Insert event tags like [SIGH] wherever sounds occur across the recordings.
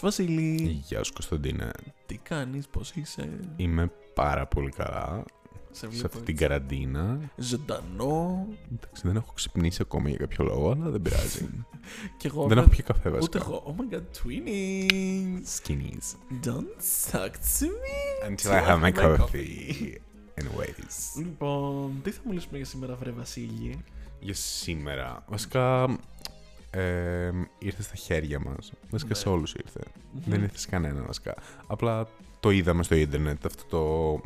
Βασίλη. Γεια σου Κωνσταντίνε. Τι κάνεις, πώς είσαι. Είμαι πάρα πολύ καλά Σε σε αυτή βλέπω την έτσι. καραντίνα. ζωντανό. Εντάξει, δεν έχω ξυπνήσει ακόμα για κάποιο λόγο, αλλά [LAUGHS] δεν πειράζει. Και εγώ. δεν έχω πιει καφέ Ούτε βασικά. εγώ. Oh my god, twinning. Skinnies. Don't suck to me. Until I have my coffee. Anyways. Λοιπόν, τι θα μιλήσουμε για σήμερα, βρε Βασίλη. Για σήμερα. Βασικά, ε, ήρθε στα χέρια μας. Βασικά Ναι. σε όλους ήρθε. Δεν ήρθες σε κανένα βασικά. Απλά το είδαμε στο ίντερνετ αυτό το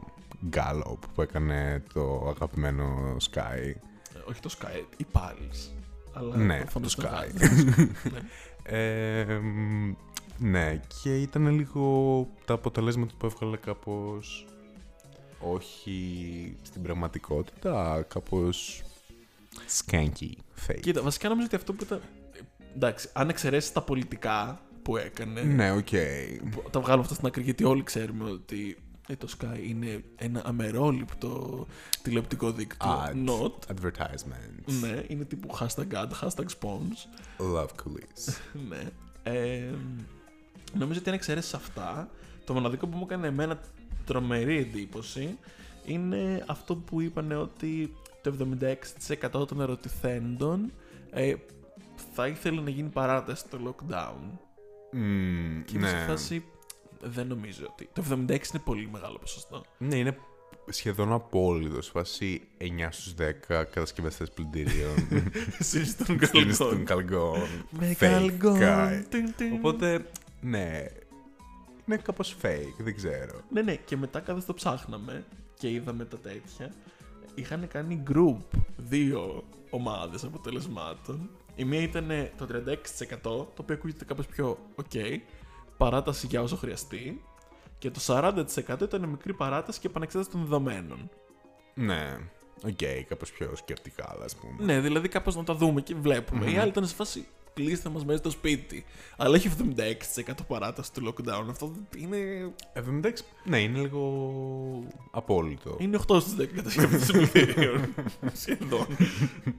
γκάλοπ που έκανε το αγαπημένο Sky. Ε, Όχι το Sky, οι πάλι. Αλλά Ναι, προφανώς το το Sky. γάδι. Ναι. Ε, μ, ναι, και ήταν λίγο τα αποτελέσματα που έβγαλε κάπως όχι στην πραγματικότητα, κάπως skanky fake. Κοίτα, βασικά νομίζω ότι αυτό που ήταν. ε, Εντάξει, αν εξαιρέσεις τα πολιτικά που έκανε. Ναι, οκ. που- Τα βγάλω αυτά στην άκρη γιατί όλοι ξέρουμε ότι ε, το Sky είναι ένα αμερόληπτο τηλεοπτικό δίκτυο. Ad. Not. Advertisements. Ναι, είναι τύπου hashtag ad, hashtag spons. Love coolies. Ναι. Ε, νομίζω ότι αν εξαιρέσεις αυτά, το μοναδικό που μου έκανε εμένα τρομερή εντύπωση είναι αυτό που είπαν ότι το 76% των ερωτηθέντων ε, θα ήθελε να γίνει παράταση στο lockdown. Μμμ, Και είμαι σε ναι. φάση. Δεν νομίζω ότι. Το 76 είναι πολύ μεγάλο [LAUGHS] ποσοστό. ναι, είναι σχεδόν απόλυτο. Σε φάση 9 στους 10 κατασκευαστές [LAUGHS] πλυντήριων Συνιστούν στην- στον Καλγκόν. Λοιπόν. Με Fake guy. καλγκόν. Τιν, τιν. Οπότε, ναι. Είναι κάπως fake, δεν ξέρω. Ναι, ναι, και μετά καθώς το ψάχναμε και είδαμε τα τέτοια, είχαν κάνει group δύο ομάδες αποτελεσμάτων. Η μία ήταν ε, το 36%, το οποίο ακούγεται κάπως πιο ok, παράταση για όσο χρειαστεί, και το 40% ήταν μικρή παράταση και επανεξέταση των δεδομένων. Ναι. Οκ, κάπως πιο σκεπτικά, ας πούμε. Ναι, δηλαδή κάπως να τα δούμε και βλέπουμε. Η άλλη ήταν σε φάση κλείστε μας μέσα στο σπίτι. Αλλά έχει 76% παράταση του lockdown. Αυτό είναι, 76, ναι, είναι λίγο απόλυτο. είναι 8 στις 10 κατασκευές συλληπιτήριων. Σχεδόν.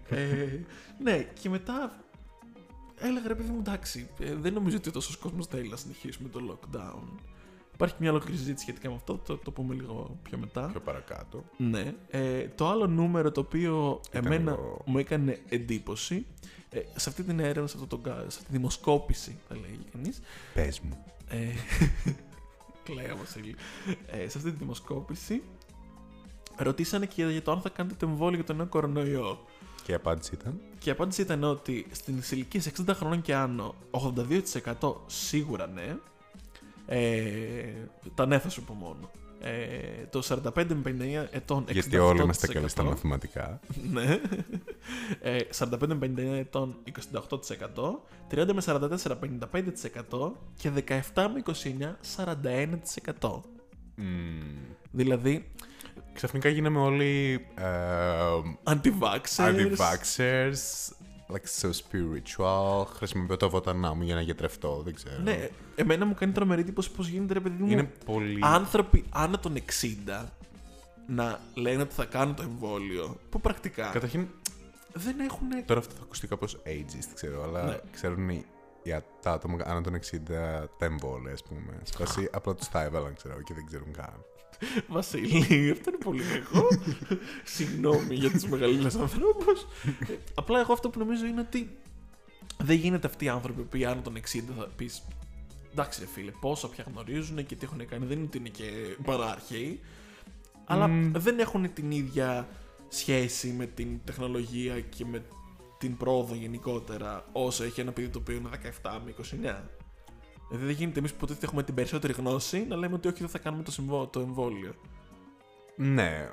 ε, ναι, και μετά έλεγα ρε παιδί μου εντάξει, ε, δεν νομίζω ότι τόσος κόσμος θέλει να συνεχίσουμε το lockdown. Υπάρχει μια ολόκληρη συζήτηση σχετικά με αυτό, το, το πούμε λίγο πιο μετά. Πιο παρακάτω. Ναι. Ε, το άλλο νούμερο το οποίο Ήταν εμένα λίγο- μου έκανε εντύπωση, ε, σε αυτή την έρευνα, σε, αυτό το, κα- σε αυτή τη δημοσκόπηση θα λέγει κανείς, Πες μου. ε, [LAUGHS] κλαίω Βασίλη, ε, σε αυτή τη δημοσκόπηση ρωτήσανε και για το αν θα κάνετε το εμβόλιο για τον νέο κορονοϊό. Και η απάντηση ήταν. Και η απάντηση ήταν ότι στην ηλικία 60 χρόνων και άνω, 82% σίγουρα ναι. Ε, τα ναι θα σου πω μόνο. Ε, το 45 με 59 ετών, 68%. Γιατί όλοι είμαστε καλοί στα μαθηματικά. Ναι. Ε, 45 με 59 ετών, 28%. 30 με 44, 55%. Και 17 με 29, 41%. Μμμ. Δηλαδή, Ξαφνικά γίναμε όλοι ε, anti-vaxxers. anti-vaxxers, like so spiritual, χρησιμοποιώ τα βότανά μου για να γιατρευτώ, δεν ξέρω. Ναι, εμένα μου κάνει τρομερή εντύπωση πώς γίνεται ρε παιδί μου. Είναι πολύ... άνθρωποι άνω των 60 να λένε ότι θα κάνουν το εμβόλιο, που πρακτικά Καταρχήν, δεν έχουν. Ε, τώρα αυτό θα ακουστεί κάπως ageist, ξέρω, αλλά Ναι. ξέρουν οι, οι α- τα άτομα άνω των 60 τα εμβόλια, ας πούμε. Σπασί, απλά τους τα έβαλαν, ξέρω, και δεν ξέρουν καν. Βασίλη, αυτό είναι πολύ κακό. Συγγνώμη για τους μεγαλύτερους ανθρώπους. Απλά εγώ αυτό που νομίζω είναι ότι δεν γίνεται αυτοί οι άνθρωποι που άνω των 60 θα πεις. Εντάξει, ρε φίλε, πόσα πια γνωρίζουν και τι έχουν κάνει. Δεν είναι ότι είναι και παράρχαιοι. Αλλά Μμμ. δεν έχουν την ίδια σχέση με την τεχνολογία και με την πρόοδο γενικότερα όσο έχει ένα παιδί το οποίο είναι 17 με 29. Δηλαδή δεν γίνεται εμείς που ποτέ έχουμε την περισσότερη γνώση να λέμε ότι όχι δεν θα κάνουμε το, συμβό, το εμβόλιο. Ναι.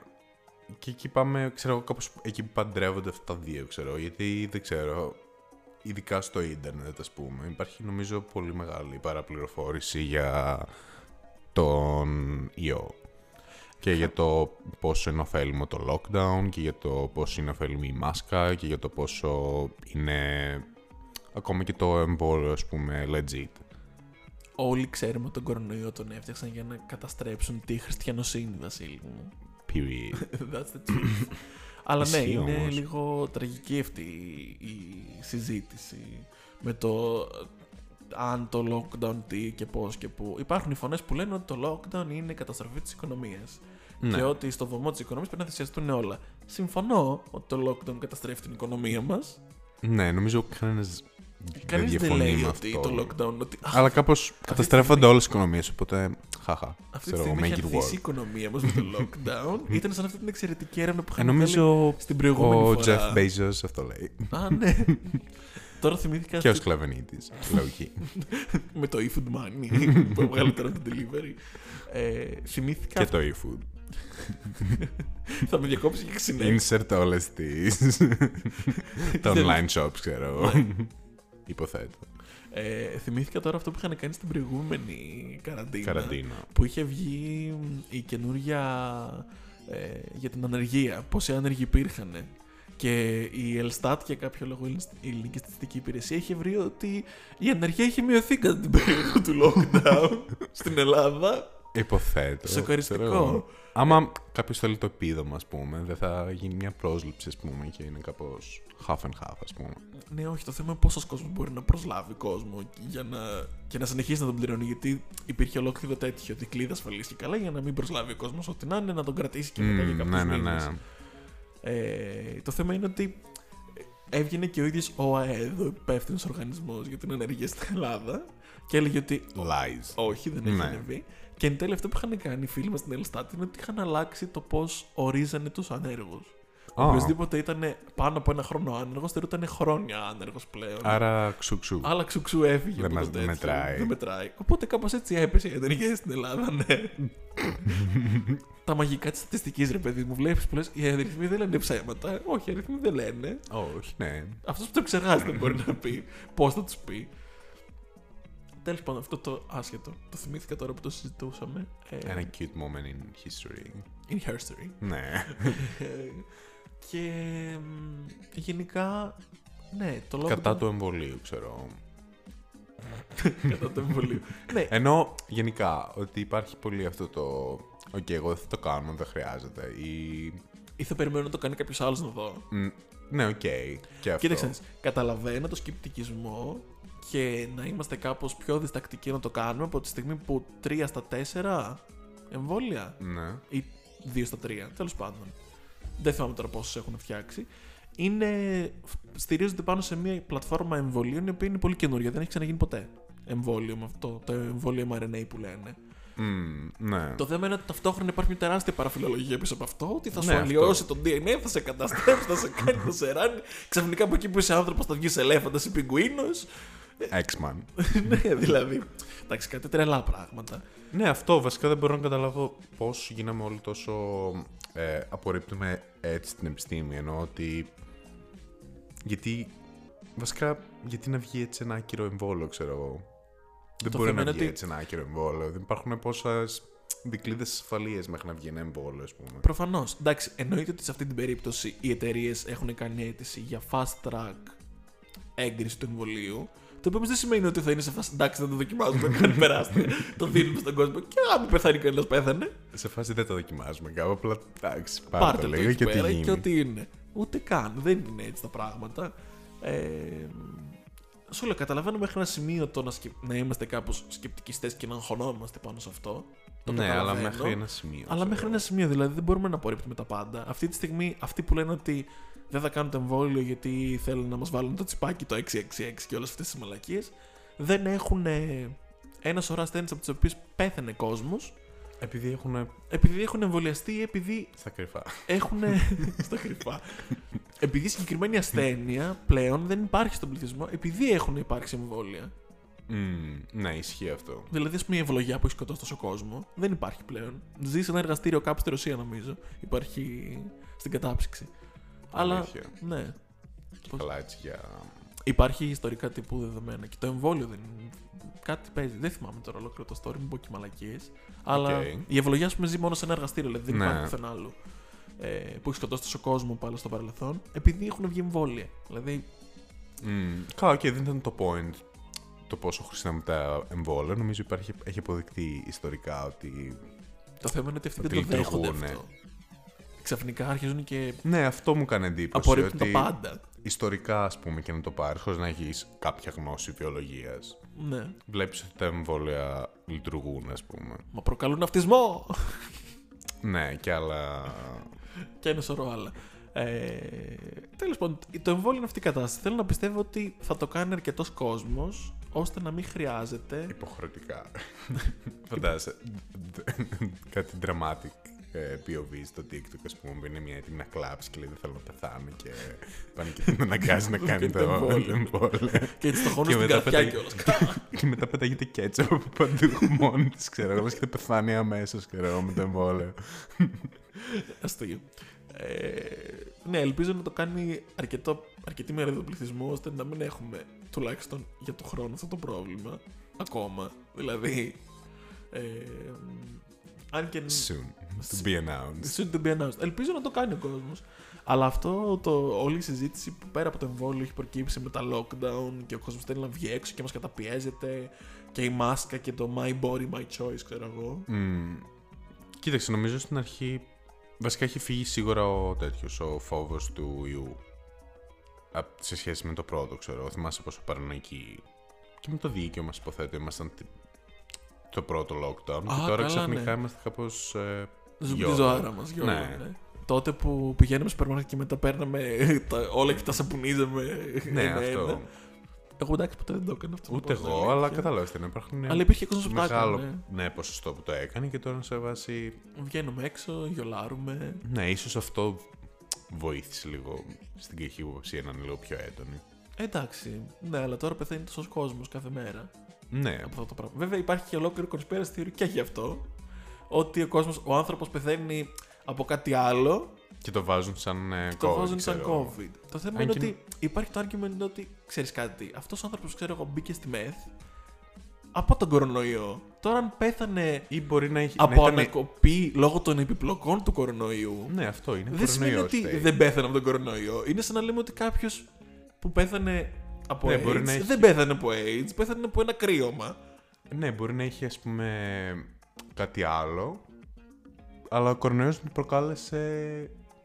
Και εκεί πάμε, ξέρω εγώ, κάπως εκεί που παντρεύονται αυτά τα δύο, ξέρω. Γιατί δεν ξέρω, ειδικά στο ίντερνετ, ας πούμε, υπάρχει νομίζω πολύ μεγάλη παραπληροφόρηση για τον ιό. Και για το πόσο είναι ωφέλιμο το lockdown και για το πόσο είναι ωφέλιμη η μάσκα και για το πόσο είναι ακόμα και το εμβόλιο, ας πούμε, legit. Όλοι ξέρουμε ότι τον κορονοϊό τον έφτιαξαν για να καταστρέψουν τη χριστιανοσύνη, Βασίλη μου. [LAUGHS] Period. That's the truth. Αλλά ναι, Ισχύει είναι όμως. λίγο τραγική αυτή η- η συζήτηση με το ε, αν το lockdown τι και πώς και πού. Υπάρχουν οι φωνές που λένε ότι το lockdown είναι η καταστροφή της οικονομίας. Ναι. Και ότι στο βωμό της οικονομίας πρέπει να θυσιαστούν όλα. Συμφωνώ ότι το lockdown καταστρέφει την οικονομία μας. Ναι, νομίζω κανένας δεν Κανείς δεν, διαφωνεί λέει με ότι αυτό. το lockdown... Ότι, «Αχ, Αλλά κάπως καταστρέφονται όλες τις οικονομίες, οπότε. Χαχα. αυτή τη Ξέρω εγώ, στιγμή make έχει it αρχίσει η work. οικονομία μας με [LAUGHS] το lockdown. Ήταν σαν αυτή την εξαιρετική έρευνα που Ε, είχαμε κάνει νομίζω στην προηγούμενη ο φορά. Jeff Bezos αυτό λέει. Α, ναι. [LAUGHS] Τώρα θυμήθηκα Και ο αυτή- Σκλαβενίτης. Λογική. [LAUGHS] με το eFood Money [LAUGHS] που έβγαλε τώρα το delivery. Ε, θυμήθηκα. Και το e-food. Θα με διακόψεις και ξυνέξει. Insert όλες τις. [LAUGHS] Τα Ναι. online shops, ξέρω εγώ. Υποθέτω. Ε, θυμήθηκα τώρα αυτό που είχαν κάνει στην προηγούμενη καραντίνα. Καραντίνα. Που είχε βγει η καινούρια ε, για την ανεργία. Πόσοι άνεργοι υπήρχαν. Και η Ελστάτ για κάποιο λόγο η Ελληνική Στατιστική Υπηρεσία είχε βρει ότι η ανεργία είχε μειωθεί κατά την περίοδο του [LAUGHS] lockdown στην Ελλάδα. Υποθέτω. Σοκαριστικό. ξέρω εγώ. Άμα κάποιος θέλει το επίδομα, ας πούμε, δεν θα γίνει μια πρόσληψη, ας πούμε, και είναι κάπως half and half, ας πούμε. Ναι, όχι. Το θέμα είναι πόσος κόσμος μπορεί να προσλάβει κόσμο για να... και να συνεχίσει να τον πληρώνει. Γιατί υπήρχε ολόκληρο τέτοιο ότι κλείδι ασφαλής και καλά για να μην προσλάβει ο κόσμος. Ό,τι να είναι, να τον κρατήσει και μετά Μμμ, για κάποιους ναι, ναι, ναι. Ε, το θέμα είναι ότι έβγαινε και ο ίδιος ο ΑΕΔ, ο υπεύθυνος οργανισμός για την ενέργεια στην Ελλάδα, και έλεγε ότι Lies. όχι, δεν έχει Ναι. ανεβεί. Και εν τέλει αυτό που είχαν κάνει οι φίλοι μας στην Ελστάτη είναι ότι είχαν αλλάξει το πώς ορίζανε τους ανέργους. Α, Οποιοδήποτε ήταν πάνω από ένα χρόνο άνεργος, θεωρούταν χρόνια άνεργος πλέον. Άρα ξουξού. Αλλά ξουξού έφυγε. Δεν από το μας- δεν τέτοιο. μετράει. Δεν μετράει. Οπότε κάπως έτσι έπεσε η ενεργεία στην Ελλάδα, ναι. Τα μαγικά της στατιστικής, ρε παιδί μου, βλέπεις που λες: Οι αριθμοί δεν λένε ψέματα. Όχι, οι αριθμοί δεν λένε. Όχι, ναι. Αυτός που το ξεχάσει δεν μπορεί να πει. Πώς θα τους πει. Τέλος πάντων, αυτό το άσχετο. Το θυμήθηκα τώρα που το συζητούσαμε. Ε, Ένα cute moment in history. In history. Ναι. Ε, και μ, γενικά, ναι, το λόγο. Κατά του εμβολίου, ξέρω. κατά το εμβολίο. ναι, Ενώ γενικά ότι υπάρχει πολύ αυτό το. Οκ, εγώ δεν θα το κάνω, δεν χρειάζεται. Ή... ή θα περιμένω να το κάνει κάποιος άλλος να δω. μ, Ναι, οκ. Και αυτό. Κοίταξε, να δεις, καταλαβαίνω το σκεπτικισμό και να είμαστε κάπως πιο διστακτικοί να το κάνουμε από τη στιγμή που 3 στα 4 εμβόλια Ναι. ή 2 στα 3, τέλος πάντων. Δεν θυμάμαι τώρα πόσους έχουν φτιάξει. Είναι, στηρίζονται πάνω σε μια πλατφόρμα εμβολίων η οποία είναι πολύ καινούρια, δεν έχει ξαναγίνει ποτέ εμβόλιο με αυτό, το εμβόλιο mRNA που λένε. Μμ, ναι. Το θέμα είναι ότι ταυτόχρονα υπάρχει μια τεράστια παραφιλολογία πίσω από αυτό. Ότι θα σου Ναι, αυτό. αλλοιώσει το DNA, θα σε καταστρέψει, θα σε κάνει, θα σε ράνει. Ξαφνικά από εκεί που είσαι άνθρωπος θα βγεις ελέφαντα ή πιγκουίνος. X-Man. ναι, δηλαδή. Εντάξει, κάτι τρελά πράγματα. ναι, αυτό βασικά δεν μπορώ να καταλάβω πώς γίναμε όλοι τόσο. Ε, απορρίπτουμε έτσι την επιστήμη. Ενώ ότι. Γιατί. Βασικά, γιατί να βγει έτσι ένα άκυρο εμβόλιο, ξέρω εγώ. Δεν Το μπορεί θέμα να είναι βγει ότι- έτσι ένα άκυρο εμβόλιο. Δεν υπάρχουν πόσες δικλείδες ασφαλείας μέχρι να βγει ένα εμβόλιο, ας πούμε. Προφανώς. Εντάξει, εννοείται ότι σε αυτή την περίπτωση οι εταιρείες έχουν κάνει αίτηση για fast track έγκριση του εμβολίου. Το οποίο όμως δεν σημαίνει ότι θα είναι σε φάση εντάξει να το δοκιμάζουμε, [LAUGHS] καν περάστε. το δίνουμε στον κόσμο. Και αν πεθάνει κανένα, πέθανε. Σε φάση δεν τα δοκιμάζουμε κάπου. Απλά εντάξει, πάρε, Πάρτε το το λίγο εκεί και τι πέρα γίνει. και ό,τι είναι. Ούτε καν. Δεν είναι έτσι τα πράγματα. Ε, σου λέω, καταλαβαίνω μέχρι ένα σημείο το να, σκε- να είμαστε κάπως σκεπτικιστές και να αγχωνόμαστε πάνω σε αυτό. Το ναι, αλλά καταλαβαίνω. μέχρι ένα σημείο. Αλλά ξέρω μέχρι ένα σημείο δηλαδή δεν μπορούμε να απορρίπτουμε τα πάντα. Αυτή τη στιγμή αυτοί που λένε ότι δεν θα κάνουν το εμβόλιο γιατί θέλουν να μας βάλουν το τσιπάκι το 666 και όλες αυτές τις μαλακίες, δεν έχουν ε, ένα σωρό ασθένειε από τις οποίες πέθανε κόσμος εγώ. Επειδή έχουν επειδή έχουν εμβολιαστεί ή επειδή στα κρυφά. έχουν. στα κρυφά. επειδή η συγκεκριμένη ασθένεια πλέον δεν υπάρχει στον πληθυσμό, επειδή έχουν υπάρξει εμβόλια. Μμμ, ναι, ισχύει αυτό. Δηλαδή, ας πούμε, η ευλογιά που έχει σκοτώσει τόσο κόσμο δεν υπάρχει πλέον. Ζει σε ένα εργαστήριο κάπου στη Ρωσία, νομίζω. Υπάρχει στην κατάψυξη. Αλλά. Αλήθεια. Ναι. Πώς- Καλά έτσι για... Υπάρχει ιστορικά τύπου δεδομένα και το εμβόλιο δεν είναι. Κάτι παίζει. Δεν θυμάμαι τώρα ολόκληρο το story, μην πω και μαλακίες. Αλλά Οκ. η ευλογία, ας πούμε, ζει μόνο σε ένα εργαστήριο, δηλαδή δεν Ναι. υπάρχει πουθενά άλλο. Ε, που έχει σκοτώσει τόσο κόσμο πάλι στο παρελθόν, επειδή έχουν βγει εμβόλια. Δηλαδή, Μμμ, Καλά, οκ, δεν ήταν το point το πόσο χρησιμοποιούμε τα εμβόλια. Νομίζω υπάρχει, έχει αποδεικτεί ιστορικά ότι το θέμα είναι ότι αυτοί Ότι δεν το δέχονται λειτουργούν, αυτό. ξαφνικά αρχίζουν και Ναι, αυτό μου κάνει εντύπωση. απορρίπτουν ότι τα πάντα. Ιστορικά, ας πούμε, και να το πάρεις, χωρίς να έχεις κάποια γνώση βιολογίας, Ναι. βλέπεις ότι τα εμβόλια λειτουργούν, ας πούμε. Μα προκαλούν αυτισμό! Ναι, και άλλα. και ένα σωρό άλλα. Ε, Τέλος πάντων, το εμβόλιο είναι αυτή η κατάσταση. Θέλω να πιστεύω ότι θα το κάνει αρκετός κόσμος ώστε να μην χρειάζεται. υποχρεωτικά. [LAUGHS] Φαντάζεσαι. Κάτι dramatic ε, POV στο TikTok, ας πούμε, που είναι μια έτοιμη να κλάψει και λέει Δεν θέλω να πεθάνω και πάνε και την αναγκάζει να κάνει το Το εμβόλιο. εμβόλιο. και έτσι το χώνω Και στην μετά καρδιά πετάει- κιόλας. Και μετά πετάγεται κέτσαπ από παντού μόνη της, ξέρω εγώ, λες και θα πεθάνει αμέσως, ξέρω εγώ, με το εμβόλιο. Αστείο. Ε, ναι, ελπίζω να το κάνει αρκετό, αρκετή μερίδα του πληθυσμού ώστε να μην έχουμε τουλάχιστον για το χρόνο αυτό το πρόβλημα ακόμα. Δηλαδή. Ε, μ, αν και. Soon. To be announced. Soon to be announced. Ελπίζω να το κάνει ο κόσμος. Αλλά αυτό το, όλη η συζήτηση που πέρα από το εμβόλιο έχει προκύψει με τα lockdown και ο κόσμος θέλει να βγει έξω και μας καταπιέζεται και η μάσκα και το my body, my choice, ξέρω εγώ. Μμμ. Κοίταξε, νομίζω στην αρχή. Βασικά έχει φύγει σίγουρα ο τέτοιος, ο φόβος του ιού. Απ' σε σχέση με το πρώτο, ξέρω. Θυμάσαι πόσο παρανοϊκοί. Και με το δίκαιο μας υποθέτω ήμασταν τι- το πρώτο lockdown. και τώρα καλά, ξαφνικά ναι. είμαστε κάπως. Ε, Ζούμε τη Γιόλο. ζωάρα μας. Ναι. Τότε που πηγαίναμε στο περμάρκετ και μετά παίρναμε [LAUGHS] τα, όλα και τα σαπουνίζαμε. ναι, ένα-ένα. αυτό. Εγώ εντάξει, ποτέ δεν το έκανα αυτό. Ούτε να πω, εγώ, είναι αλλά αλήθεια. καταλάβετε να υπάρχουν. Αλλά υπήρχε κόσμος που τα μεγάλο έκανε. ναι, ποσοστό που το έκανε και τώρα σε βάση. Βγαίνουμε έξω, γιολάρουμε. Ναι, ίσως αυτό βοήθησε λίγο στην κακή υποψία να είναι λίγο πιο έντονη. Εντάξει. Ναι, αλλά τώρα πεθαίνει τόσος κόσμος κάθε μέρα. Ναι, από αυτό το πράγμα. Βέβαια υπάρχει και ολόκληρο conspiracy theory και γι' αυτό. Ότι ο κόσμος, ο άνθρωπος πεθαίνει από κάτι άλλο Και το βάζουν σαν ε, και το COVID, βάζουν σαν ξέρω. COVID. Το θέμα Αν είναι και ότι υπάρχει το argument ότι ξέρεις κάτι, αυτός ο άνθρωπος ξέρω εγώ μπήκε στη μεθ από τον κορονοϊό. Τώρα αν πέθανε Ή μπορεί να έχει. από να ήταν- ανακοπή λόγω των επιπλοκών του κορονοϊού Ναι, αυτό είναι. δεν σημαίνει κορονοϊός, ότι λέει. δεν πέθανε από τον κορονοϊό. Είναι σαν να λέμε ότι κάποιος που πέθανε από Ναι, AIDS μπορεί να έχει- δεν πέθανε από AIDS, πέθανε από ένα κρύωμα. Ναι, μπορεί να έχει ας πούμε κάτι άλλο. Αλλά ο κορονοϊός μου προκάλεσε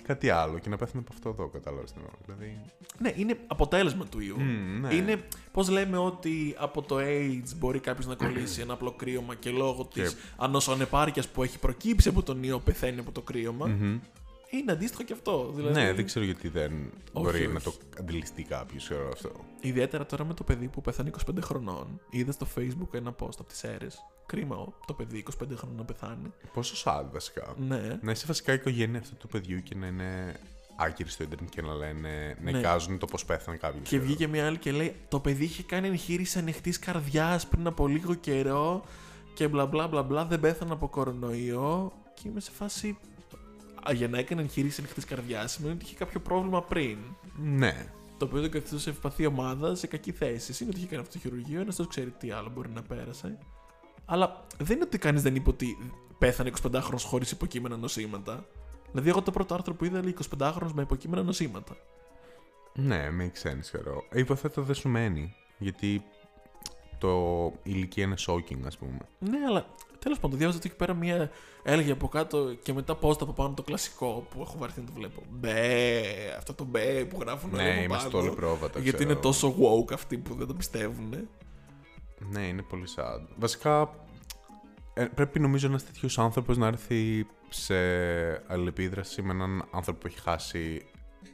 κάτι άλλο και να πέθανε από αυτό εδώ, κατάλαβες τι εννοώ. Δηλαδή. Ναι, είναι αποτέλεσμα του ιού. Μμ, ναι. Είναι, πώς λέμε ότι από το AIDS μπορεί κάποιος να κολλήσει ένα απλό κρύωμα και λόγω τη Και- ανοσονεπάρκεια που έχει προκύψει από τον ιό πεθαίνει από το κρύωμα. Μμμ. Είναι αντίστοιχο και αυτό. Δηλαδή, Ναι, δεν ξέρω γιατί δεν μπορεί να το όχι. αντιληφθεί κάποιο ξέρω αυτό. Ιδιαίτερα τώρα με το παιδί που πέθανε 25 χρονών. Είδα στο Facebook ένα post από τις αίρε. Κρίμα ο- το παιδί 25 χρονών να πεθάνει. Πόσο sad βασικά. Ναι. Να είσαι βασικά η οικογένεια αυτού του παιδιού και να είναι άκυρη στο Ιντερνετ και να λένε. να Ναι. εικάζουν το πώς πέθανε κάποιος. Και βγήκε μια άλλη και λέει: Το παιδί είχε κάνει εγχείρηση ανοιχτής καρδιάς πριν από λίγο καιρό και μπλα μπλα μπλα μπλα. Δεν πέθανε από κορονοϊό. Και είμαι σε φάση. Α, για να έκανε εγχείρηση ανοιχτή καρδιά σημαίνει ότι είχε κάποιο πρόβλημα πριν. Ναι. Το οποίο το καθιστούσε ευπαθή ομάδα σε κακή θέση. Είναι ότι είχε κάνει αυτό το χειρουργείο, ένας δεν ξέρει τι άλλο μπορεί να πέρασε. Αλλά δεν είναι ότι κανείς δεν είπε ότι πέθανε 25χρονο χωρίς υποκείμενα νοσήματα. Δηλαδή, εγώ το πρώτο άρθρο που είδα λέει 25χρονο με υποκείμενα νοσήματα. Ναι, makes sense, ξέρω. Ε, Υποθέτω δεν σου μένει, γιατί το η ηλικία είναι shocking, ας πούμε. Ναι, αλλά τέλος πάντων, διάβαζα ότι εκεί πέρα μία έλεγε από κάτω και μετά post από πάνω το κλασικό που έχω βαρθεί να το βλέπω. Μπε, αυτό το μπε που γράφουν όλοι ναι, από είμαστε πάνω, όλοι πρόβατα, Γιατί ξέρω. είναι τόσο woke αυτοί που δεν το πιστεύουν. Ναι, είναι πολύ sad. Βασικά, ε, πρέπει νομίζω ένας τέτοιος άνθρωπος να έρθει σε αλληλεπίδραση με έναν άνθρωπο που έχει χάσει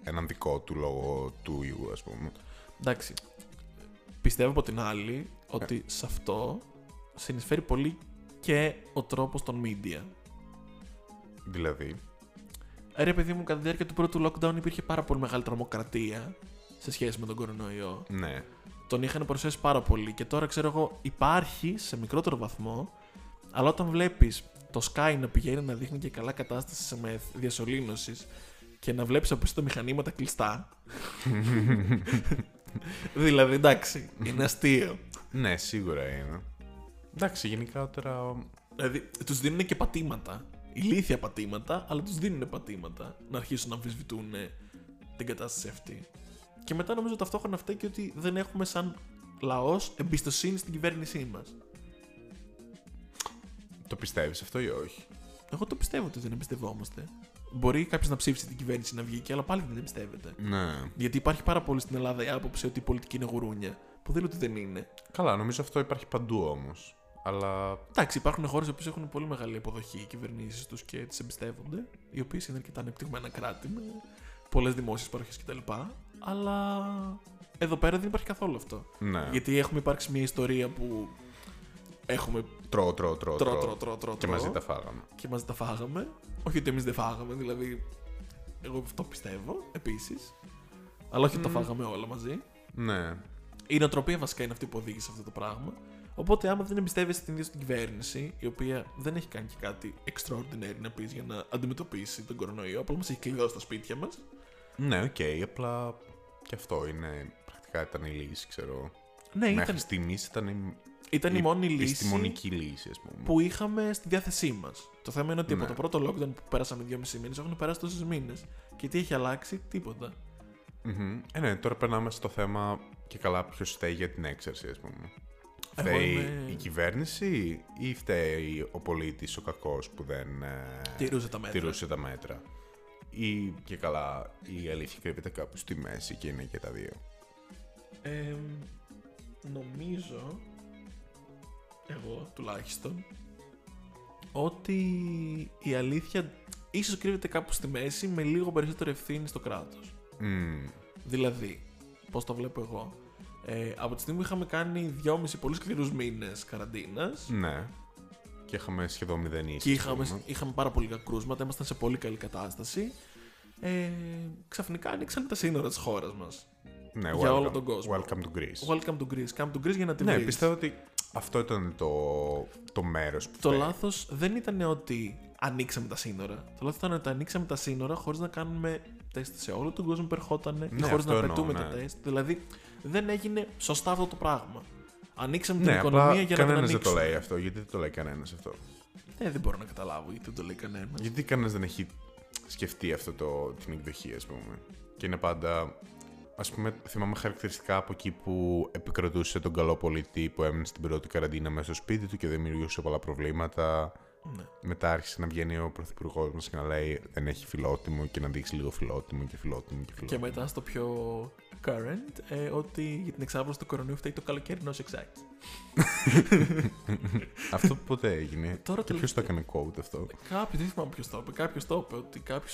έναν δικό του λόγο του ιού, ας πούμε. Εντάξει. Πιστεύω από την άλλη ότι Ε. σε αυτό συνεισφέρει πολύ και ο τρόπος των media. Δηλαδή, Ε, Ρε, παιδί μου, κατά τη διάρκεια του πρώτου lockdown υπήρχε πάρα πολύ μεγάλη τρομοκρατία σε σχέση με τον κορονοϊό. ναι. τον είχαν παρουσιάσει πάρα πολύ και τώρα ξέρω εγώ υπάρχει σε μικρότερο βαθμό αλλά όταν βλέπεις το Sky να πηγαίνει να δείχνει και καλά κατάσταση σε μεθ διασωλήνωσης και να βλέπεις από πίσω τα μηχανήματα κλειστά [LAUGHS] δηλαδή εντάξει είναι αστείο Ναι, σίγουρα είναι. Εντάξει, γενικά τώρα... δηλαδή τους δίνουν και πατήματα ηλίθια πατήματα αλλά τους δίνουν πατήματα να αρχίσουν να αμφισβητούν ε, την κατάσταση αυτή και μετά νομίζω ταυτόχρονα αυτά και ότι δεν έχουμε σαν λαός εμπιστοσύνη στην κυβέρνησή μας Το πιστεύεις αυτό ή όχι. Εγώ το πιστεύω ότι δεν εμπιστευόμαστε. Μπορεί κάποιος να ψήφισε την κυβέρνηση να βγει και, αλλά πάλι δεν την εμπιστεύεται. Ναι. Γιατί υπάρχει πάρα πολύ στην Ελλάδα η άποψη ότι η πολιτική είναι γουρούνια. Που δεν λέω ότι δεν είναι. Καλά, νομίζω αυτό υπάρχει παντού όμως. Αλλά Εντάξει, υπάρχουν χώρες που έχουν πολύ μεγάλη αποδοχή οι κυβερνήσεις τους και τις εμπιστεύονται, οι οποίες είναι αρκετά ανεπτυγμένα κράτη με πολλές δημόσιες παροχές κτλ. Αλλά εδώ πέρα δεν υπάρχει καθόλου αυτό. ναι. Γιατί έχουμε υπάρξει μια ιστορία που έχουμε Τρώω, τρώω, τρώω. τρώω, τρώω, τρώω, τρώω, τρώω, Και μαζί τα φάγαμε. και μαζί τα φάγαμε. Όχι ότι εμείς δεν φάγαμε, δηλαδή. Εγώ αυτό πιστεύω επίσης. Αλλά όχι ότι τα Μμμ. φάγαμε όλα μαζί. Ναι. Η νοοτροπία βασικά είναι αυτή που οδήγησε σε αυτό το πράγμα. Οπότε, άμα δεν εμπιστεύεσαι την ίδια στην κυβέρνηση, η οποία δεν έχει κάνει και κάτι extraordinary να πεις για να αντιμετωπίσει τον κορονοϊό, απλά μας έχει κλειδώσει τα σπίτια μας. Ναι, οκ, απλά και αυτό είναι. Πρακτικά ήταν η λύση, ξέρω. Ναι, ήταν, Μέχρι στιγμής ήταν η, ήταν η μόνη λύση επιστημονική λύση, ας πούμε. που είχαμε στη διάθεσή μας. Το θέμα είναι ότι Ναι. από το πρώτο lockdown που πέρασαμε 2,5 μήνες έχουν περάσει τόσες μήνες. Και τι έχει αλλάξει, τίποτα. Μμμ. Ε, ναι, τώρα περνάμε στο θέμα και καλά ποιος φταίει για την έξαρση, ας πούμε. Εγώ Φταίει είμαι- η κυβέρνηση ή φταίει ο πολίτης, ο κακός που δεν ε, Τηρούσε τα μέτρα. τηρούσε τα μέτρα. Ή και καλά η αλήθεια κρύβεται κάπου στη μέση και είναι και τα δύο. Ε, νομίζω, εγώ τουλάχιστον, ότι η αλήθεια ίσως κρύβεται κάπου στη μέση με λίγο περισσότερη ευθύνη στο κράτος. Μμμ. Δηλαδή, πώς το βλέπω εγώ. Ε, από τη στιγμή που είχαμε κάνει δυόμιση πολύ σκληρούς μήνες καραντίνας Ναι. Και είχαμε σχεδόν μηδενίσει. και ας είχαμε, πούμε. είχαμε πάρα πολύ λίγα κρούσματα, ήμασταν σε πολύ καλή κατάσταση, ε, ξαφνικά άνοιξαν τα σύνορα της χώρας μας. Ναι, για welcome- όλο τον κόσμο. Welcome to Greece. Welcome to Greece. Come to Greece για να τη Ναι, βρεις. πιστεύω ότι αυτό ήταν το, το μέρος που. Το φταίει. λάθος δεν ήταν ότι ανοίξαμε τα σύνορα. Το λάθος ήταν ότι ανοίξαμε τα σύνορα χωρίς να κάνουμε τεστ σε όλο τον κόσμο που ερχόταν ή Ναι, χωρίς αυτό να εννοώ, πετούμε ναι. τα τεστ. Δηλαδή δεν έγινε σωστά αυτό το πράγμα. Ανοίξαμε την Ναι, οικονομία απλά για να την κανένας δεν το ανοίξουμε. λέει αυτό. Γιατί δεν το λέει κανένας αυτό. Ε, δεν μπορώ να καταλάβω γιατί δεν το λέει κανένας. Γιατί κανένας δεν έχει σκεφτεί αυτό το, την εκδοχή, ας πούμε. Και είναι πάντα. Ας πούμε, θυμάμαι χαρακτηριστικά από εκεί που επικρατούσε τον καλό πολιτή που έμεινε στην πρώτη καραντίνα μέσα στο σπίτι του και δημιουργούσε πολλά προβλήματα. Ναι. Μετά άρχισε να βγαίνει ο πρωθυπουργός μας και να λέει Δεν έχει φιλότιμο και να δείξει λίγο φιλότιμο και φιλότιμο και Και φιλότιμο. μετά στο πιο current, ε, ότι για την εξάπλωση του κορονοϊού φταίει το καλοκαιρινό σεξάκι. Αυτό ποτέ έγινε. Τώρα και ποιος το έκανε quote αυτό. Κάποιος, δεν θυμάμαι ποιος το είπε. Κάποιος το είπε ότι κάποιος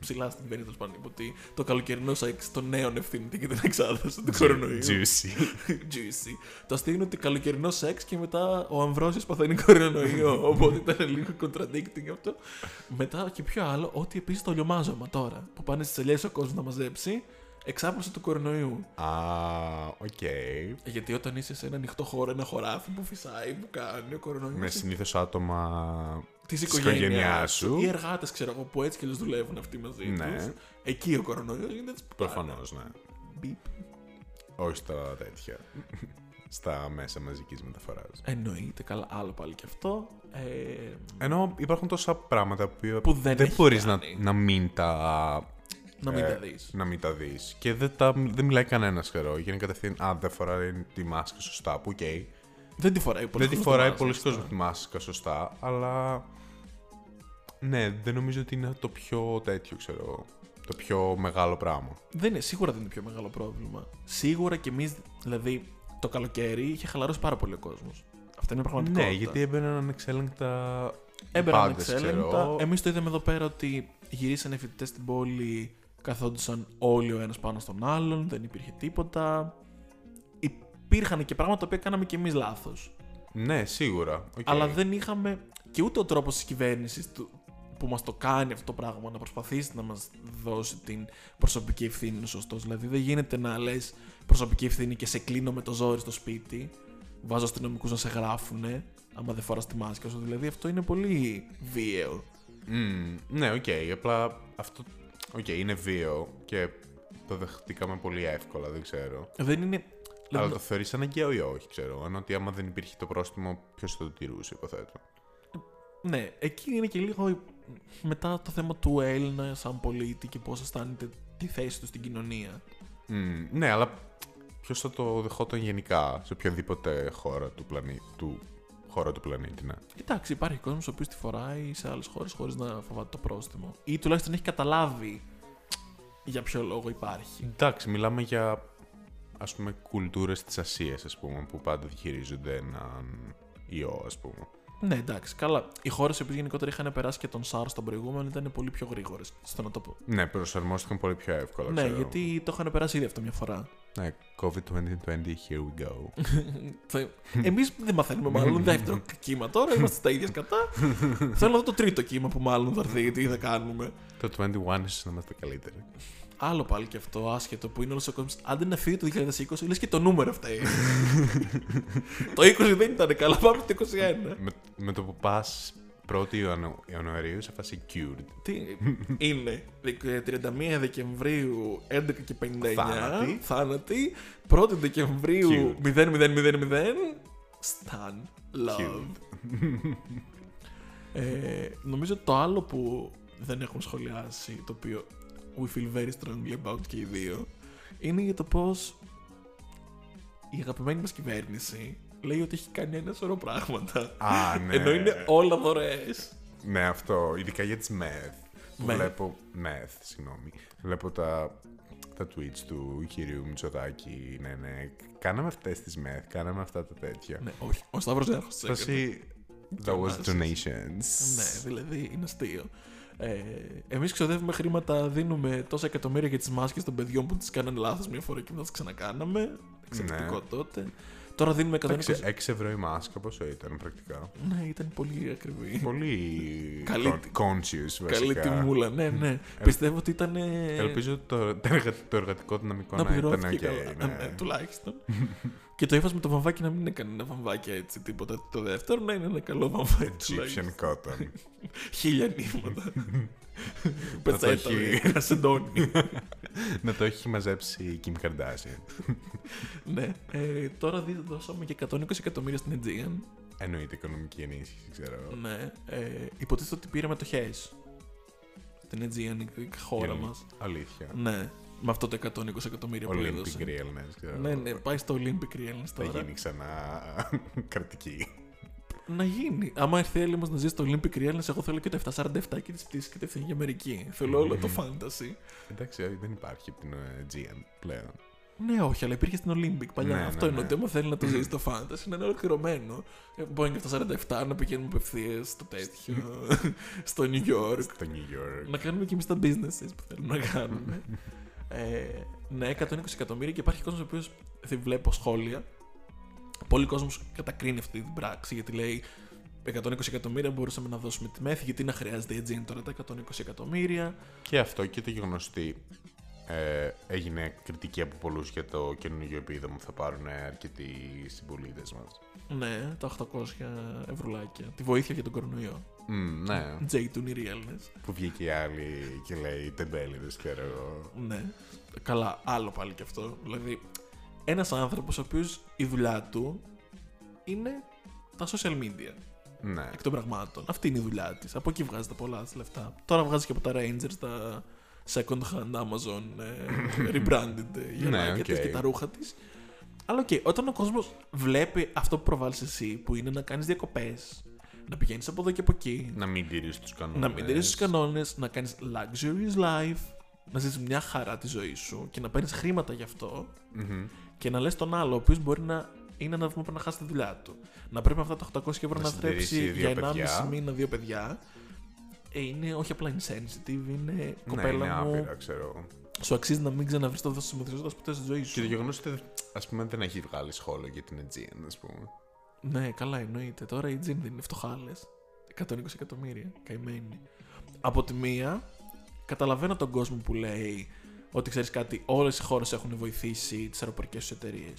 ψηλά στην κυβέρνηση τέλο πάντων είπε ότι το καλοκαιρινό σεξ των νέων ευθύνεται για την εξάδοση του κορονοϊού. Juicy. Juicy. Το αστείο είναι ότι καλοκαιρινό σεξ και μετά ο Αμβρόσιος παθαίνει κορονοϊό. οπότε ήταν λίγο contradicting αυτό. Μετά και πιο άλλο, ότι επίσης το λιωμάζωμα τώρα που πάνε στις ελιές ο κόσμος να μαζέψει, εξάπλωση του κορονοϊού. Ε, Α, οκ. Γιατί όταν είσαι σε ένα ανοιχτό χώρο, ένα χωράφι που φυσάει, που κάνει ο κορονοϊός. Με συνήθως άτομα. Της της οικογένειάς οικογένειάς σου. σου. Οι εργάτες, ξέρω εγώ, που έτσι και τους δουλεύουν αυτοί μαζί Ναι. τους. Εκεί ο κορονοϊός γίνεται έτσι. που Προφανώ, πάνε. ναι. Μπιπ. Όχι στα τέτοια. στα μέσα μαζικής μεταφοράς. Εννοείται καλά, άλλο πάλι και αυτό. Ε, Ενώ υπάρχουν τόσα πράγματα που, Που δεν έχει μπορείς να, κάνει. να μην τα. να μην ε, τα δεις. Να μην τα δεις. Και δεν, τα, δεν μιλάει κανένας χαρό. Γίνει κατευθείαν. Α, δεν φοράει τη μάσκα σωστά. Που οκ. Δεν τη φοράει πολύ. δεν τη φοράει πολλοί κόσμο τη μάσκα σωστά. Αλλά. Ναι, δεν νομίζω ότι είναι το πιο τέτοιο, ξέρω. Το πιο μεγάλο πράγμα. Δεν είναι, σίγουρα δεν είναι πιο μεγάλο πρόβλημα. Σίγουρα και εμείς, δηλαδή, το καλοκαίρι είχε χαλαρώσει πάρα πολύ ο κόσμος. Αυτό είναι πραγματικότητα. Ναι, γιατί έμπαιναν ανεξέλεγκτα. έμπαιναν πάντες, εξέλεγκτα. ξέρω. Ε, Εμείς το είδαμε εδώ πέρα ότι γυρίσανε φοιτητές στην πόλη, καθόντουσαν όλοι ο ένας πάνω στον άλλον, δεν υπήρχε τίποτα. Υπήρχαν και πράγματα τα οποία κάναμε κι εμείς λάθος. Ναι, σίγουρα. Οκ. Αλλά δεν είχαμε και ούτε ο τρόπος της κυβέρνησης που μας το κάνει αυτό το πράγμα να προσπαθήσει να μας δώσει την προσωπική ευθύνη είναι σωστός. Δηλαδή, δεν γίνεται να λες προσωπική ευθύνη και σε κλείνω με το ζόρι στο σπίτι. Βάζω αστυνομικούς να σε γράφουνε, άμα δεν φοράς τη μάσκα σου. Δηλαδή, αυτό είναι πολύ βίαιο. Μμμ, ναι, οκ. απλά αυτό. Οκ, είναι βίαιο και το δεχτήκαμε πολύ εύκολα, δεν ξέρω. Δεν είναι. Αλλά Δηλαδή, το θεωρείς αναγκαίο ή όχι, ξέρω. Ενώ ότι άμα δεν υπήρχε το πρόστιμο, ποιος θα το τηρούσε, υποθέτω. ναι, εκεί είναι και λίγο η- μετά το θέμα του Έλληνα σαν πολίτη και πώς αισθάνεται τη θέση του στην κοινωνία. Μμμ, ναι, αλλά ποιος θα το δεχόταν γενικά σε οποιαδήποτε χώρα του πλανήτη. Του χώρα του πλανήτη, ναι. Εντάξει, υπάρχει κόσμος ο οποίος τη φοράει σε άλλες χώρες χωρίς να φοβάται το πρόστιμο. Ή τουλάχιστον έχει καταλάβει για ποιο λόγο υπάρχει. Εντάξει, μιλάμε για ας πούμε κουλτούρες της Ασίας, ας πούμε, που πάντα διχειρίζονται έναν ιό, ας πούμε. Ναι, εντάξει, καλά. Οι χώρες οι οποίε γενικότερα είχαν περάσει και τον SARS τον προηγούμενο ήταν πολύ πιο γρήγορες. Στο να το πω. Ναι, προσαρμόστηκαν πολύ πιο εύκολα, Ναι, ξέρω. γιατί το είχαν περάσει ήδη αυτό μια φορά. Ναι, COVID-2020, here we go. [LAUGHS] Εμείς δεν μαθαίνουμε μάλλον δεύτερο κύμα τώρα, είμαστε στα ίδια κατά. Θέλω να δω το τρίτο κύμα που μάλλον θα έρθει, τι θα κάνουμε. το 21 ίσως να είμαστε καλύτεροι. Άλλο πάλι και αυτό, άσχετο που είναι όλος ο κόσμος. Άντε να φύγει το 2020, λες και το νούμερο φταίει. το 20 δεν ήταν καλά, πάμε στο 21. με, με το που πας 1η Ιανου- Ιανουαρίου σε φάση cured. Τι [LAUGHS] είναι, δεκ- 31 Δεκεμβρίου 11 και 59, Θάνατοι. θάνατοι, 1η Δεκεμβρίου Cute. 0000, stan, love. Cute. Ε, νομίζω το άλλο που δεν έχουμε σχολιάσει, το οποίο we feel very strongly about και οι δύο, είναι για το πώς η αγαπημένη μας κυβέρνηση λέει ότι έχει κάνει ένα σωρό πράγματα. [LAUGHS] Α, ναι. Ενώ είναι όλα δωρεές. Ναι, αυτό. Ειδικά για τις μεθ. Που Meth. Βλέπω. Μεθ, συγγνώμη. Βλέπω τα, τα tweets του κυρίου Μητσοτάκη. Ναι, ναι. Κάναμε αυτές τις μεθ, κάναμε αυτά τα τέτοια. ναι, όχι. Ο Σταύρος Ζέρχος τις έκανε. Φάση. That was Κοιτάζεις. donations. Ναι, δηλαδή είναι αστείο. Ε, Εμείς ξοδεύουμε χρήματα, δίνουμε τόσα εκατομμύρια για τις μάσκες των παιδιών που τις κάνανε λάθος μια φορά και μετά τις ξανακάναμε. Εξαιρετικό τότε. Τώρα δίνουμε 120. Ναι. Εντάξει, 6 ευρώ η μάσκα, πόσο ήταν πρακτικά. [LAUGHS] Ναι, ήταν πολύ ακριβή. Πολύ Καλή con- τι- conscious βασικά. Καλή τιμούλα, ναι, ναι. [LAUGHS] Πιστεύω ότι ήταν. ε, Ελπίζω το, το, εργα- το εργατικό δυναμικό να να, ήταν πληρώθηκε ok. καλά. ναι. Ε, ναι, τουλάχιστον. και το ύφασμα με το βαμβάκι να μην είναι κανένα βαμβάκι έτσι τίποτα. Το δεύτερο να είναι ένα καλό βαμβάκι. τουλάχιστον. Egyptian cotton. [LAUGHS] Χίλια νύματα. Να το Πετσέτα, έχει- κασεντόνι. να το έχει μαζέψει η Kim Kardashian. Ναι. Ε, τώρα δι- δώσαμε και 120 εκατομμύρια στην Aegean. Εννοείται οικονομική ενίσχυση, ξέρω. Ναι. Ε, υποτίθεται ότι πήραμε το Χέις. Την Aegean η χώρα Γεννη- μας. Αλήθεια. Ναι. Με αυτό το 120 εκατομμύρια που Olympic έδωσε. Real, ξέρω. Ναι, ναι, πάει στο Olympic Realness Θα τώρα. γίνει ξανά [LAUGHS] κρατική. Να γίνει. Άμα έρθει έλλειμμα να ζει στο Olympic Realness, εγώ θέλω και τα 747 και τις πτήσεις και κατευθείαν για Αμερική. Θέλω όλο το fantasy. Εντάξει, ε, δεν υπάρχει από την ε, GM πλέον. Ναι, όχι, αλλά υπήρχε στην Olympic παλιά. Ναι, Αυτό ναι, είναι ναι. ότι άμα θέλει να το ζήσει το fantasy, να είναι ολοκληρωμένο. Ε, Boeing 747 να πηγαίνουμε απευθείας στο τέτοιο, [LAUGHS] στο New York. Στο New York. να κάνουμε και εμείς τα businesses που θέλουμε να κάνουμε. ε, ναι, 120 εκατομμύρια και υπάρχει κόσμος ο οποίος δεν βλέπω σχόλια. Πολλοί κόσμος κατακρίνει αυτή την πράξη γιατί λέει 120 εκατομμύρια μπορούσαμε να δώσουμε τη μέθη, γιατί να χρειάζεται η Aegean τώρα τα 120 εκατομμύρια. Και αυτό και το γεγονό ότι ε, έγινε κριτική από πολλούς για το καινούργιο επίδομα που θα πάρουν ε, αρκετοί συμπολίτες μας. Ναι, τα 800 ευρουλάκια. Τη βοήθεια για τον κορονοϊό. ναι. J του είναι realness. που βγήκε η άλλη και λέει τεμπέληδες, ξέρω εγώ. Ναι. Καλά, άλλο πάλι κι αυτό. Δηλαδή, ένας άνθρωπος ο οποίος η δουλειά του είναι τα social media. Ναι. εκ των πραγμάτων. Αυτή είναι η δουλειά της. Από εκεί βγάζει τα πολλά της λεφτά. Τώρα βγάζει και από τα Rangers τα second hand Amazon ε, rebranded ε, γεράκια οκ. της και τα ρούχα της. Αλλά οκ, όταν ο κόσμος βλέπει αυτό που προβάλλεις εσύ, που είναι να κάνεις διακοπές, να πηγαίνεις από εδώ και από εκεί, Να μην τηρείς τους κανόνες. να μην τηρήσει τους κανόνες, να κάνεις luxurious life, να ζεις μια χαρά τη ζωή σου και να παίρνεις χρήματα γι' αυτό, και να λες τον άλλο, ο οποίος μπορεί να είναι ένα βήμα που να χάσει τη δουλειά του. Να πρέπει αυτά τα 800 ευρώ Να να, θρέψει συντηρήσει δύο για 1,5 παιδιά. μήνα δύο παιδιά. Ε, είναι όχι απλά insensitive, είναι Ναι, κοπέλα είναι μου. άπειρα, ξέρω εγώ. Σου αξίζει να μην ξαναβρεις το δόση μεθυσμό ποτέ στη ζωή Και σου. το γεγονός ότι ας πούμε, δεν έχει βγάλει σχόλιο για την Aegean, ας πούμε. Ναι, καλά εννοείται. Τώρα η Τζιν δεν είναι φτωχάλες. 120 εκατομμύρια. Καημένη. Από τη μία, καταλαβαίνω τον κόσμο που λέει ότι ξέρεις κάτι, όλες οι χώρες έχουν βοηθήσει τις αεροπορικές τους εταιρείες.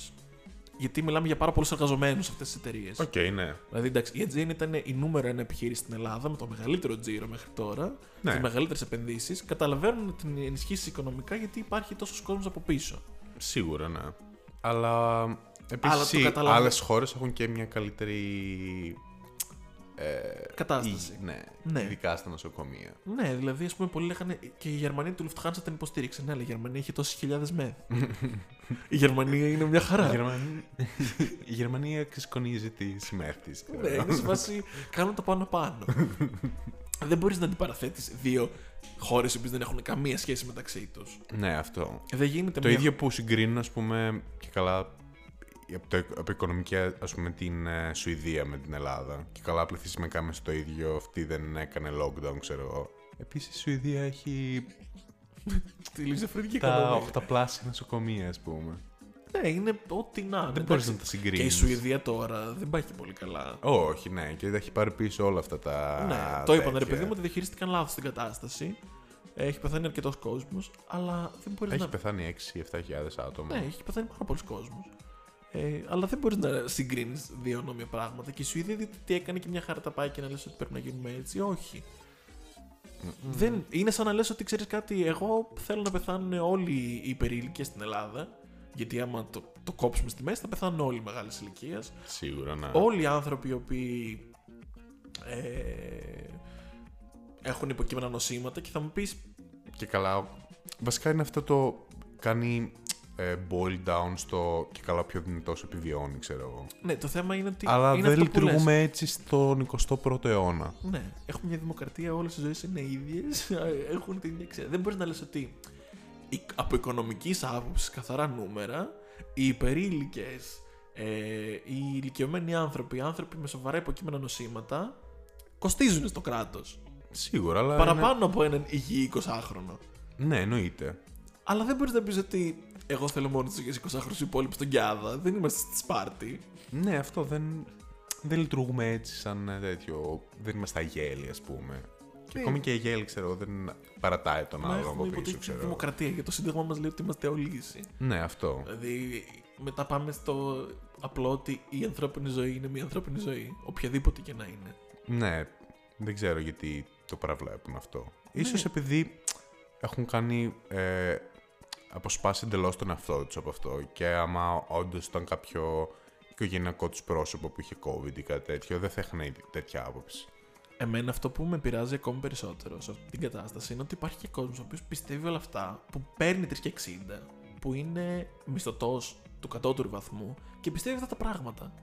Γιατί μιλάμε για πάρα πολλούς εργαζομένους αυτές τις εταιρείες. Οκ, ναι. Δηλαδή, εντάξει, η Aegean ήταν η νούμερο ένα επιχείρηση στην Ελλάδα με το μεγαλύτερο τζίρο μέχρι τώρα. Ναι. Τις μεγαλύτερες επενδύσεις. Καταλαβαίνουν να την ενισχύσει οικονομικά γιατί υπάρχει τόσος κόσμος από πίσω. Σίγουρα, ναι. Αλλά Αλλά το επίσης καταλαβα- άλλες χώρες έχουν και μια καλύτερη. Ε, κατάσταση. Ή- ναι, Ναι. ειδικά στα νοσοκομεία. Ναι, δηλαδή, ας πούμε, πολλοί λέγανε. Και η Γερμανία του Lufthansa την υποστήριξε. Ναι, αλλά η Γερμανία έχει τόσες χιλιάδες μεθ. [LAUGHS] η Γερμανία είναι μια Η, χαρά. Γερμανία... η Γερμανία ξεσκονίζει τη σημαία της, ξέρω. ναι, είναι σε φάση. Κάνουν το πάνω [LAUGHS] πάνω. δεν μπορείς να αντιπαραθέτεις δύο χώρες οι οποίες δεν έχουν καμία σχέση μεταξύ τους. ναι, αυτό. Δεν γίνεται Το μια- ίδιο που συγκρίνουν, ας πούμε, και καλά από, το, από οικονομική, ας πούμε, την ε, Σουηδία με την Ελλάδα. Και καλά πληθυσμικά κάμε στο ίδιο, αυτή δεν έκανε lockdown, ξέρω εγώ. Επίσης, η Σουηδία έχει Τη λησοφρενική τα οικονομία. οχταπλάσια νοσοκομεία, ας πούμε. Ναι, είναι ό,τι να. είναι, Δεν εντάξει. μπορείς να τα Και η συγκρίνεις. Σουηδία τώρα δεν πάει και πολύ καλά. Όχι, ναι, και τα έχει πάρει πίσω όλα αυτά τα. ναι, το είπαν ρε τέτοια. παιδί μου ότι διαχειρίστηκαν λάθος την κατάσταση. Έχει πεθάνει αρκετός κόσμος, αλλά δεν μπορείς να. Έχει πεθάνει 6-7.000 άτομα. Ναι, έχει πεθάνει πάρα πολλοί κόσμο. Ε, αλλά δεν μπορείς να συγκρίνεις δύο νόμια πράγματα. Και η Σουηδία δείτε τι έκανε και μια χαρά τα πάει και να λες ότι πρέπει να γίνουμε έτσι. Όχι. Δεν, είναι σαν να λες ότι ξέρεις κάτι. Εγώ θέλω να πεθάνουν όλοι οι υπερήλικοι στην Ελλάδα. Γιατί άμα το, το κόψουμε στη μέση θα πεθάνουν όλοι μεγάλη ηλικία. Σίγουρα ναι. να. Όλοι οι άνθρωποι οι οποίοι ε, έχουν υποκείμενα νοσήματα και θα μου πεις Και καλά. Βασικά είναι αυτό το. Κάνει ε, boil down στο. και καλά, πιο δυνατός επιβιώνει, ξέρω εγώ. ναι το θέμα είναι ότι Αλλά είναι δεν αυτό που λες. λειτουργούμε έτσι στον 21ο αιώνα. Ναι, έχουμε μια δημοκρατία, όλες οι ζωές είναι ίδιες. [LAUGHS] Έχουν την ίδια αξία. Δεν μπορείς να λες ότι η- από οικονομικής άποψης, καθαρά νούμερα, οι υπερήλικες, ε, οι ηλικιωμένοι άνθρωποι, οι άνθρωποι με σοβαρά υποκείμενα νοσήματα, κοστίζουν στο κράτος. Σίγουρα, αλλά. Παραπάνω από έναν υγιή 20χρονο. είναι- Ναι, εννοείται. Αλλά δεν μπορείς να πεις ότι εγώ θέλω μόνο τους 20χρονου υπόλοιπους στον Κιάδα. Δεν είμαστε στη Σπάρτη. Ναι, αυτό δεν. Δεν λειτουργούμε έτσι σαν ε, τέτοιο. Δεν είμαστε αγέλοι, ας πούμε. Και Ναι. ακόμη και η αγέλη, ξέρω εγώ, δεν παρατάει τον Μα άλλον από έχουμε πίσω, υποτίθεται ξέρω. εγώ. δημοκρατία γιατί το Σύνταγμα μας λέει ότι είμαστε όλοι ίσοι. Ναι, αυτό. Δηλαδή, μετά πάμε στο απλό ότι η ανθρώπινη ζωή είναι μια ανθρώπινη ζωή. Οποιαδήποτε και να είναι. Ναι, δεν ξέρω γιατί το παραβλέπουν αυτό. Ναι. Ίσως επειδή έχουν κάνει ε, αποσπάσει εντελώς τον εαυτό τους από αυτό και άμα όντως ήταν κάποιο οικογενειακό τους πρόσωπο που είχε COVID ή κάτι τέτοιο, δεν θα είχαν ήδη τέτοια άποψη. Εμένα αυτό που με πειράζει ακόμη περισσότερο σε αυτή την κατάσταση είναι ότι υπάρχει και κόσμος ο οποίος πιστεύει όλα αυτά, που παίρνει 3 και 60, που είναι μισθωτός του κατώτερου βαθμού και πιστεύει αυτά τα πράγματα.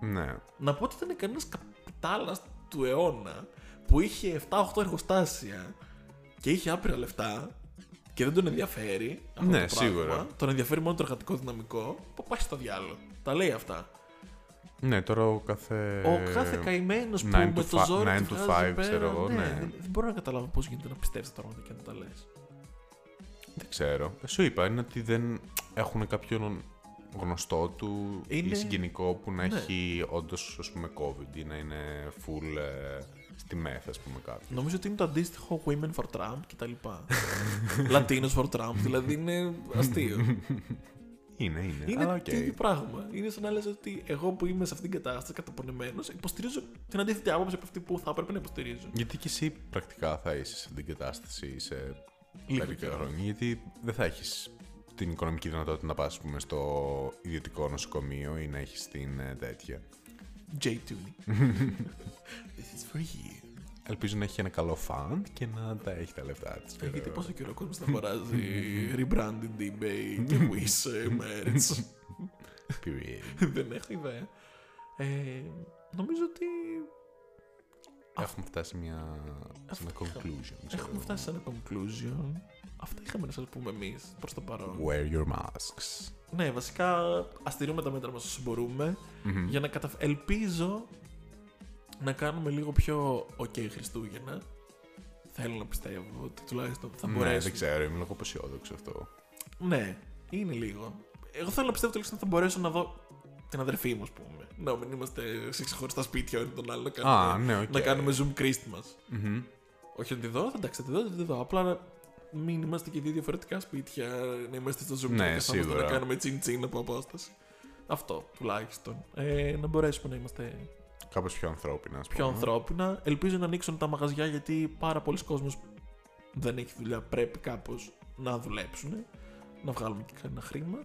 Ναι. Να πω ότι ήταν κανένας καπιτάλας του αιώνα που είχε 7-8 εργοστάσια και είχε άπειρα λεφτά και δεν τον ενδιαφέρει. Αυτό Ναι, το πράγμα. σίγουρα. Τον ενδιαφέρει μόνο το εργατικό δυναμικό. Που πάει στο διάλογο. Τα λέει αυτά. Ναι, τώρα ο κάθε. Ο κάθε καημένος που Ε, nine με to το fi- ζόρι nine του to βγάζει five, πέρα, ξέρω εγώ, ναι. Δεν, δεν μπορώ να καταλάβω πώς γίνεται να πιστεύεις τα πράγματα και να τα λες. Δεν ξέρω. Σου είπα, είναι ότι δεν έχουν κάποιον γνωστό του Είναι- ή συγγενικό που να Ναι. έχει όντως ας πούμε COVID ή να είναι full ε, στη μεθ, ας πούμε κάποιο. Νομίζω ότι είναι το αντίστοιχο Women for Trump κτλ. [LAUGHS] Latinos for Trump, δηλαδή είναι αστείο. Είναι, είναι. Είναι αλλά οκ. το ίδιο πράγμα. Είναι σαν να λες ότι εγώ που είμαι σε αυτήν την κατάσταση καταπονεμένος, υποστηρίζω την αντίθετη άποψη από αυτή που θα έπρεπε να υποστηρίζω. Γιατί και εσύ πρακτικά θα είσαι σε αυτήν την κατάσταση σε Λίγο μερικά καιρό. χρόνια. Γιατί δεν θα έχεις την οικονομική δυνατότητα να πας ας πούμε, στο ιδιωτικό νοσοκομείο ή να έχεις την ε, τέτοια. J-Tune. [LAUGHS] This is for you. Ελπίζω να έχει ένα καλό φαν και να τα έχει τα λεφτά της. Ε, Γιατί πόσο καιρό ο κόσμος θα [LAUGHS] αγοράζει rebranding eBay και Wish ε, [LAUGHS] Merch. [LAUGHS] Δεν έχω ιδέα. Ε, νομίζω ότι Έχουμε φτάσει σε μια... σε ένα conclusion. ξέρω έχουμε εγώ. φτάσει σε ένα conclusion. Αυτά είχαμε να σας πούμε εμείς προς το παρόν. Wear your masks. Ναι, βασικά αστηρούμε τα μέτρα μας όσο μπορούμε. Για να κατα... Ελπίζω να κάνουμε λίγο πιο ok Χριστούγεννα. Θέλω να πιστεύω ότι τουλάχιστον θα Ναι, μπορέσουμε. δεν ξέρω, είμαι λίγο αποσιόδοξο αυτό. Ναι, είναι λίγο. Εγώ θέλω να πιστεύω τουλάχιστον θα μπορέσω να δω την αδερφή μου, ας πούμε. Να μην είμαστε σε ξεχωριστά σπίτια ο ένας τον άλλο. Να κάνουμε, Α, ναι, οκ. να κάνουμε Zoom Christmas. Μμμ. Όχι να τη δω, εντάξει, θα τη δω, θα τη δω. Απλά να μην είμαστε και δύο διαφορετικά σπίτια, να είμαστε στο Zoom Ναι, και να καθόμαστε σίγουρα. να κάνουμε τσιν τσιν από απόσταση. Αυτό τουλάχιστον. Ε, να μπορέσουμε να είμαστε Κάπως πιο ανθρώπινα, ας πούμε. πιο ανθρώπινα. Ελπίζω να ανοίξουν τα μαγαζιά γιατί πάρα πολλοί κόσμος δεν έχει δουλειά. Πρέπει κάπως να δουλέψουν, να βγάλουμε και κανένα χρήμα.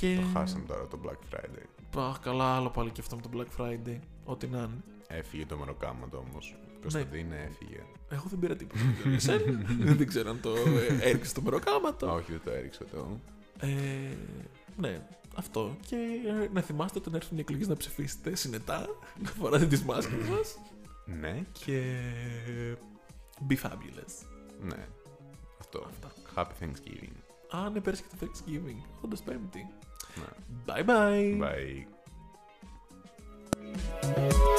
Και... Ε, Το χάσαμε τώρα το Black Friday. Πα, καλά, άλλο πάλι και αυτό με το Black Friday. Ό,τι να είναι. Έφυγε το μεροκάματο όμως. Κωνσταντίνε έφυγε. Εγώ δεν πήρα τίποτα. από [LAUGHS] εσένα. δεν ξέρω αν το ε, έριξε το μεροκάματο. Όχι, δεν το έριξα το. Ε, ναι, αυτό. Και ε, να θυμάστε όταν έρθουν οι εκλογές να ψηφίσετε συνετά, να φοράτε τις μάσκες [LAUGHS] μας Ναι, και. Be fabulous. ναι. Αυτό. Αυτά. Happy Thanksgiving. Α, ναι, πέρασε και το Thanksgiving. Όντως Πέμπτη. Ναι. Bye bye. Bye.